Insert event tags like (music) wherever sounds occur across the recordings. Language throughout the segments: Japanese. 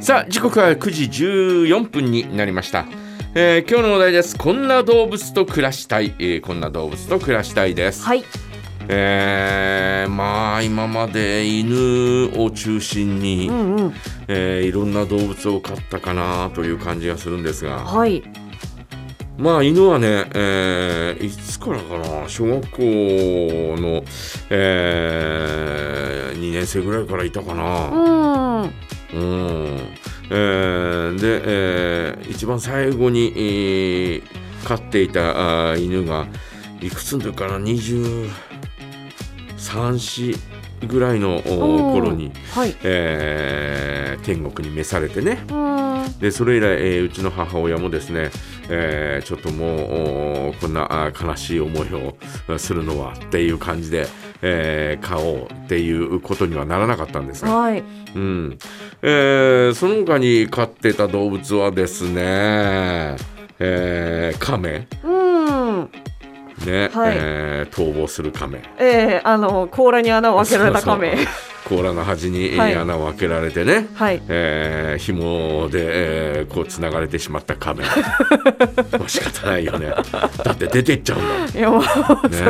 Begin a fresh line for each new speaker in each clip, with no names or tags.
さあ時刻は9時14分になりました、えー今日のお題ですこんな動物と暮らしたい、えーこんな動物と暮らしたいです、
はい。
えーまあ今まで犬を中心に、
うんうん。
えーいろんな動物を飼ったかなという感じがするんですが
はい。
まあ犬はね、えーいつからかな小学校の、え2年生ぐらいからいたかな。
うん。は
うんえーで、えー一番最後に、えー飼っていたあー犬がいくつの時かな23ぐらいのお
おー
頃に、
い。
えー天国に召されてね
うん。
でそれ以来、えーうちの母親もですね、えーちょっともうおーこんなあー悲しい思いをあするのはっていう感じで、えー飼おうっていうことにはならなかったんですが。
は
う
い。
んえーその他に飼ってた動物はですね、えー、カメ、
うん。
ね
はい
えー逃亡するカメ
ええあの、甲羅に穴を開けられた亀。
(laughs) そうそう甲羅の端にえー
はい
穴を開けられてね、
はい。
えー紐で、えーこう繋がれてしまったカ
(laughs)
メもう仕方ないよねだって出てっちゃうん
いや、もう、
だ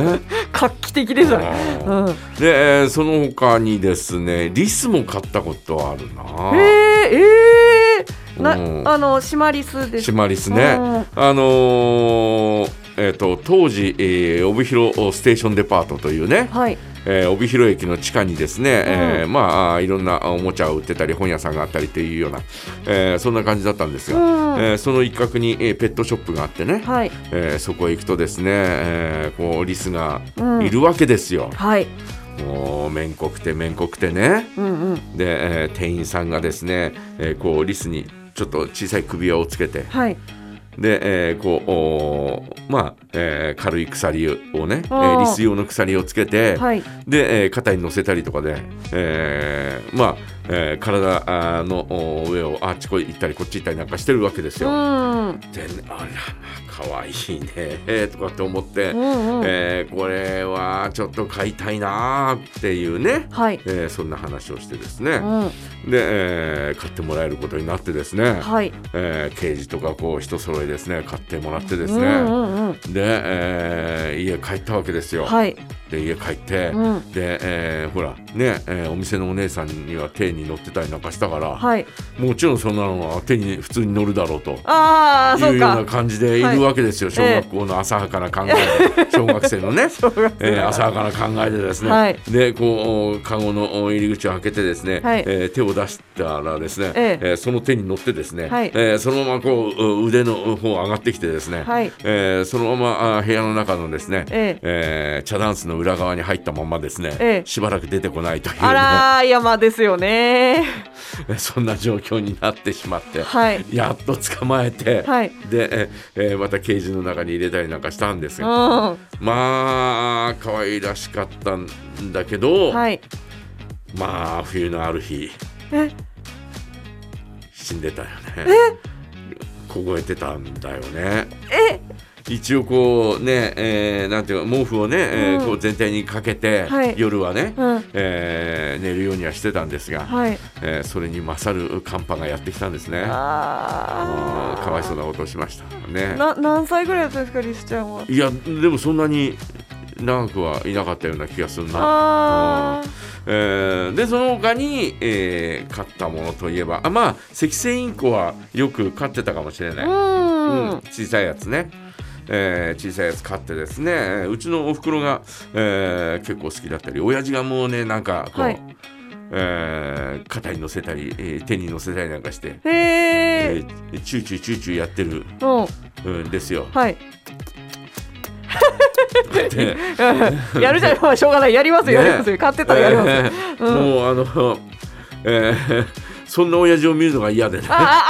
もんね
(laughs) 画期的ですよね。う
あー
ん。
で、えーその他にですねリスも飼ったことあるな
ええええ
うん
な、あの、シマリスです
シ。マリスね、
う
あのーえっと当時、えー帯広ステーションデパートというね、
はい。
えー帯広駅の地下にですね、えーまああーいろんなおもちゃを売ってたり本屋さんがあったりというような、えーそんな感じだったんですが、
うん
えーその一角に、えーペットショップがあってね、
はい。
えーそこへ行くとですね、えーこうリスが
うん
いるわけですよ。
はい。
もう面こくて面こくてね。
うんうん。
で、えー店員さんがですね、えーこうリスにちょっと小さい首輪をつけて、
はい。
で、えーこうおーまあ、えー軽い鎖をね、え
あ
ー
ー
リス用の鎖をつけて、
はい。
で、えー肩に乗せたりとかで、えーまあ、えー体あーのおー上をあっちこい行ったりこっち行ったりなんかしてるわけです
う
よ。
ん。
であらまあかわいいね、えーとかって思って、
うんうん。
えーこれはちょっと買いたいなーっていうね、
はい。
えーそんな話をしてですね
う、ん。
で、えー買ってもらえることになってですね、
はい。
えー、ケージとかこう人揃いですね買ってもらってです
うん
ね、
うんうん。
で、えー家帰ったわけですよ、
はい。
で家帰って、
うん
で、えーほらね、えーお店のお姉さんには手に乗ってたりなんかしたから、
はい。
もちろんそんなのは手に普通に乗るだろうと。
ああ、
い
そう
よ
う
うな
か。
感じでいるわけですよ、
はい
小学校の浅はかな考えで、小学生の
(laughs)
ね、えー浅はかな考えでですね、
はい
でこうカゴのお入り口を開けてですね、
はい
えー手を出したらですね、
ええ
ーその手に乗ってですね、
はい
えーそのままこうう腕の方上がってきてですね、
はい
えーそのままあ部屋の中のですね、
ええ
えー茶ダンスの裏側に入ったままですね、
ええ
しばらく出てこないという、ね、
あらー、山ですよね。
(laughs) そんな状況になってしまって、
はい
(laughs) やっと捕まえて、
はい
で、えーえーまたケージの中に入れたりなんかしたんです
う
が、
ん。
まあ可愛らしかったんだけど、
はい。
まあ冬のある日
え、
死んでたよね凍えてたんだよね
え、
一応こうね、えーなんていうか毛布をね、えー
うん
こう全体にかけて、
はい
夜はね、
うん
えー寝るようにはしてたんですが、
はい。
えーそれに勝る寒波がやってきたんですねあ
ああ。
ーかわいそうなことをしましたね
な、何歳ぐらいだったんですか、リスちゃんは。
いやでもそんなに長くはいなかったような気がするな
あ
えーでその他に、えー飼ったものといえばあまあ赤線インコはよく飼ってたかもしれない、
あ。うん。
うん小さいやつね、えー小さいやつ飼ってですねえーうちのおふくろが、えー結構好きだったり親父がもうねなんかこう、
はい
えー肩に乗せたり、えー手に乗せたりなんかして、
へ
え
え。
ーチューチューチューチューやってる
うん。
うんですよ。
はい。 (laughs)
で
やるじゃん、まあしょうがない、やりますよ、
ね
やりますよ、買ってたらやりますよ。
えーもうあの、えーそんな親父を見るのが嫌でね
あ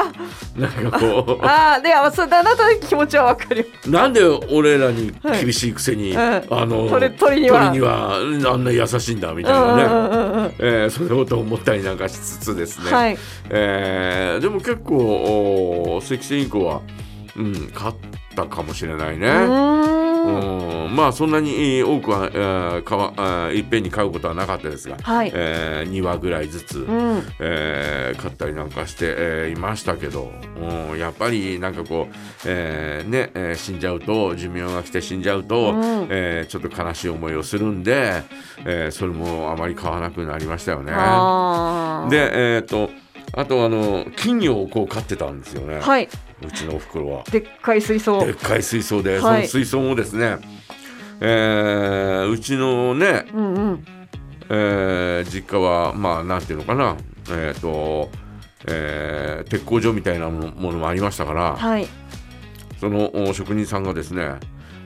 あ、あー
なんかこ
あー、ああ、で、あ、そう、あなたの気持ちはわかるよ。
うなんで俺らに厳しいくせに、
はいうん
あの
鳥鳥には
はあんな優しいんだみたい
うん、
な
う
ね、
ん、うん、うん。
えーそんなことを思ったりなんかしつつですね、
はい。
えーでも結構おーセキセイインコは、うん、勝ったかもしれないうね。
ーん
うんまあそんなにえー多くはえー買わあーいっぺんに買うことはなかったですが、
はい
え2話ぐらいずつ、
うん
(laughs) えー買ったりなんかして、えーいましたけど、うん、やっぱりなんかこう、えーねえー死んじゃうと寿命が来て死んじゃうと、
うん
えーちょっと悲しい思いをするんで、えーそれもあまり買わなくなりましたよね。
あー
で、えー、とあとあの金魚をこう飼ってたんですよね、
はいう
ちのおふくろは。
でっかい水槽
でっかい水槽で、
はい
その水槽もですね、えーうちのね、
うんうん
えー実家はまあなんていうのかなえっ、と、えー鉄工所みたいなものものもありましたから、
はい
そのお職人さんがですね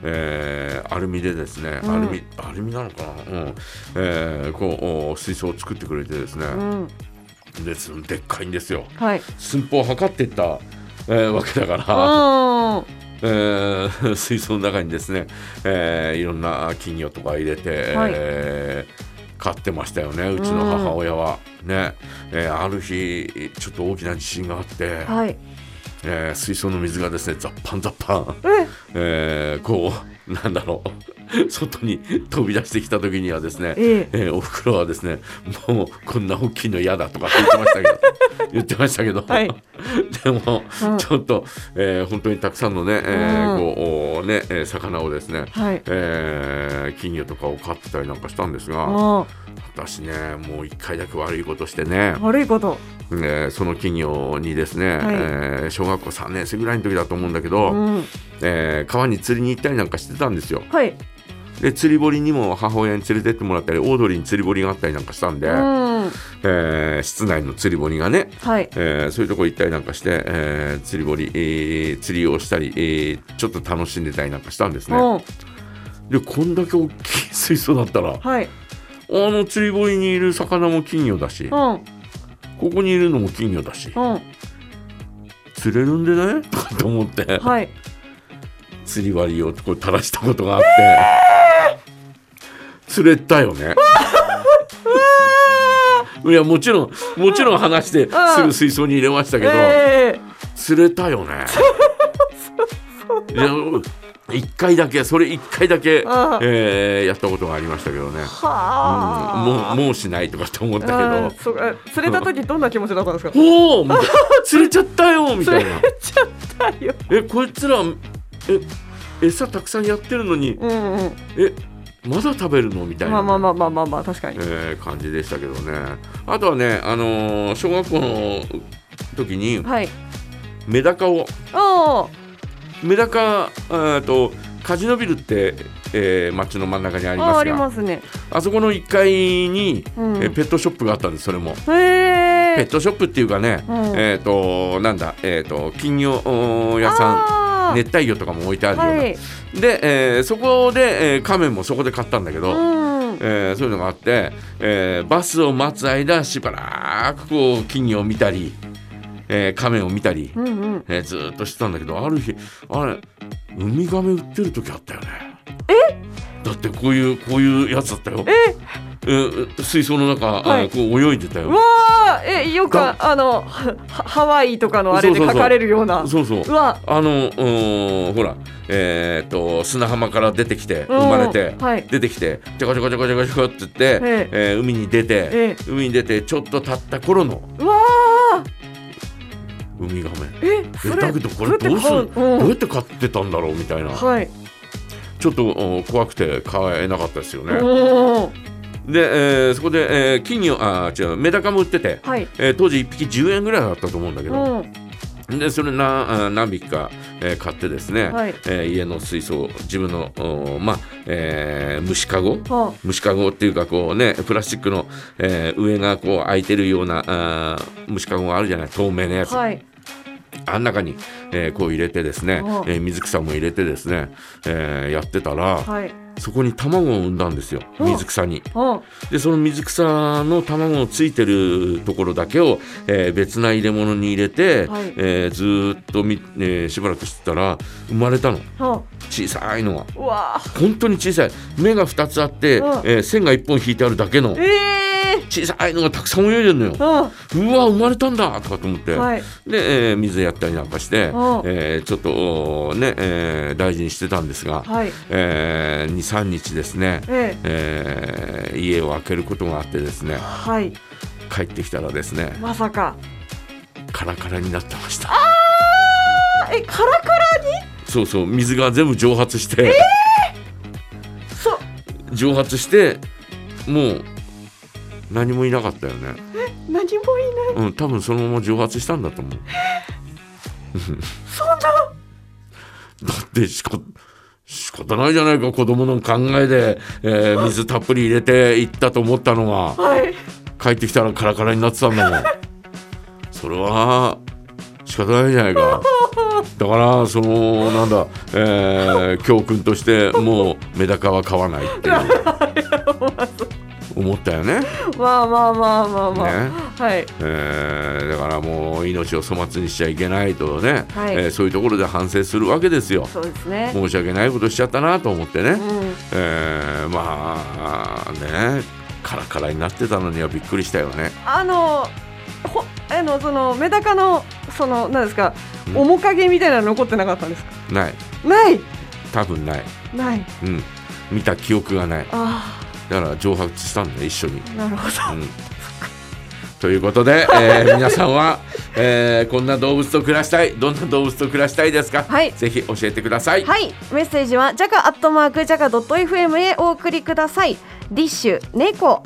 えーアルミでですね、
うん
アルミアルミなのかな、うんえーこうお水槽を作ってくれてですね、
うん
ですでっかいんですよ
はい
寸法を測ってった、えーわけだから、
うん
えー (laughs) 水槽の中にですね、えーいろんな金魚とか入れて、
はい
えー飼ってましたよねうちの母親は。ねえーある日ちょっと大きな地震があって、
はい
えー水槽の水がですねザッパンザッパン、
え
えーこうなんだろう (laughs) 外に飛び出してきた時にはですね、
ええ
えーおふくろはですねもうこんな大きいの嫌だとかって言ってましたけど
(laughs)
言ってましたけど、
はい
(laughs) でも、
うん
ちょっと、えー本当にたくさんのね、えー
うん
こうね、えー魚をですね、
はい
えー金魚とかを飼ってたりなんかしたんですが、
あ
私ねもう一回だけ悪いことしてね
ー、悪いこと
えーその金魚にですね、
はい
えー小学校3年生ぐらいの時だと思うんだけ
う
ど、
ん
えー川に釣りに行ったりなんかしてたんですよ。
はい
で釣り堀にも母親に連れてってもらったりオードリーに釣り堀があったりなんかしたんで、
うん
えー室内の釣り堀がね
はい
えーそういうとこ行ったりなんかして、えー釣り堀、えー釣りをしたり、えーちょっと楽しんでたりなんかしたんです
う
ね。
ん
でこんだけ大きい水槽だったらあ
はい
の釣り堀にいる魚も金魚だし
う
こ
ん
こにいるのも金魚だし
うん
釣れるんでねとかって思って
はい
釣り針をこう垂らしたことがあって、釣れたよ
(laughs)
ね。いやもちろんもちろん話してすぐ水槽に入れましたけど。
ええ
釣れたよね。いや一回だけそれ一回だけ、え
ああ
ーやったことがありましたけどね。
はあ
うんもうもうしないとかって思ったけ
あ
ど
ー、そうか釣れた時どんな気持ちだったんですか
おおみたい
(laughs)
な釣れちゃったよみたいな。
ちゃったよ
えこいつらえ餌たくさんやってるのに
うんうん
えまだ食べるのみたいな。
まあまあまあまあまあまあ確かに
えー感じでしたけどねあとはね、あのー小学校の時に
はい
メダカを
おお
メダカえーとカジノビルって、えー街の真ん中にあります
あ
が
あ
あ
りますね
そこの1階に、
うん
えーペットショップがあったんですそれも。
へえ
ペットショップっていうかね、
うん
えっ、となんだえっ、と金魚おー屋さん熱帯魚とかも置いてあるような、
はい
で、えーそこで、えー、亀もそこで買ったんだけど、
うん
えーそういうのがあって、えーバスを待つ間しばらくこう金魚を見たり、えー、亀を見たり、
うんうん
えーずーっとしてたんだけどある日あれウミガメ売ってる時あったよねえだってこういうこういうやつだったよ
え
えー水槽の中、
はい
あこう泳いでた
う
よ
わあえよくああのはハワイとかのあれで
そうそう
書
そう
かれるような
そうそう
うわ
あのうーんほらえー、と砂浜から出てきて生まれて、
うんはい
出てきてちょこちょこちょこちょこちょこって言って、
え
えー海に出て、
ええ
海に出てちょっと経った頃の
うわあ
ウミガメ
え
え
それ
だけどこれどうす
そ
る
れって買う
ど
う
うんやって買ってたんだろうみたいな
はい
ちょっとお怖くて買えなかったですよね
おお
で、えーそこで、えー金魚あー違うメダカも売ってて、
はい
えー当時1匹10円ぐらいだったと思うんだけ
う
ど、
ん
でそれなあー何匹か、えー買ってですね、
はい
えー家の水槽自分のおーまあ、えー虫かご
は
虫かごっていうかこうねプラスチックの、えー上がこう開いてるようなあー虫かごがあるじゃない透明なやつ、
あはい
あん中に、えーこう入れてですね、
お
えー水草も入れてですね、えーやってたら、
はい
そこに卵を産んだんですよ
お
水草に。
うん
でその水草の卵のついてるところだけを、えー別な入れ物に入れて、
はい
えーずーっとみ、えーしばらくしてたら生まれたの
は
小さいのが
うわあ
本当に小さい目が2つあって、
うん
えー線が1本引いてあるだけの
ええ
小さいのがたくさん泳いでるのよ。う
あ
わ生まれたんだとかと思って、
はい
で、えー水やったりなんかして、
うん
えーちょっとおーね、えー大事にしてたんですが、
はい
えー、23日ですね、
ええ
えー家を開けることがあってですね
はい
帰ってきたらですね
まさか
カラカラになってました
あえカラカラに
そうそう水が全部蒸発して、
そ
蒸発してもう何もいなかったよね、
何もいない
うん、多分そのまま蒸発したんだと思う
そんな
だってしか仕方ないじゃないか子供の考えで、えー水たっぷり入れていったと思ったのが
はい
帰ってきたらカラカラになってたんだ
(laughs)
もんそれは仕方ないじゃないかだからそのなんだ、えー教訓としてもうメダカは飼わないっていう思ったよね、
まあまあまあまあまあ、
ね
はい
えーだからもう命を粗末にしちゃいけないとね、
はい
えーそういうところで反省するわけですよ
そうですね
申し訳ないことしちゃったなと思ってね、
うん
えーまあねカラカラになってたのにはびっくりしたよね
あのほあのそのメダカのそのなんですか
うん
面影みたいなの残ってなかったんですか
ない
ない
多分ない、
ない
うん、見た記憶がない
あ
だから蒸発したんだよ一緒に、
あなるほど
うん、ということで、え
(laughs)
ー皆さんは、えーこんな動物と暮らしたいどんな動物と暮らしたいですか、
はい
ぜひ教えてください、
はい、メッセージはジャガアットマークジャガドット FM へお送りください。ディッシュ、猫、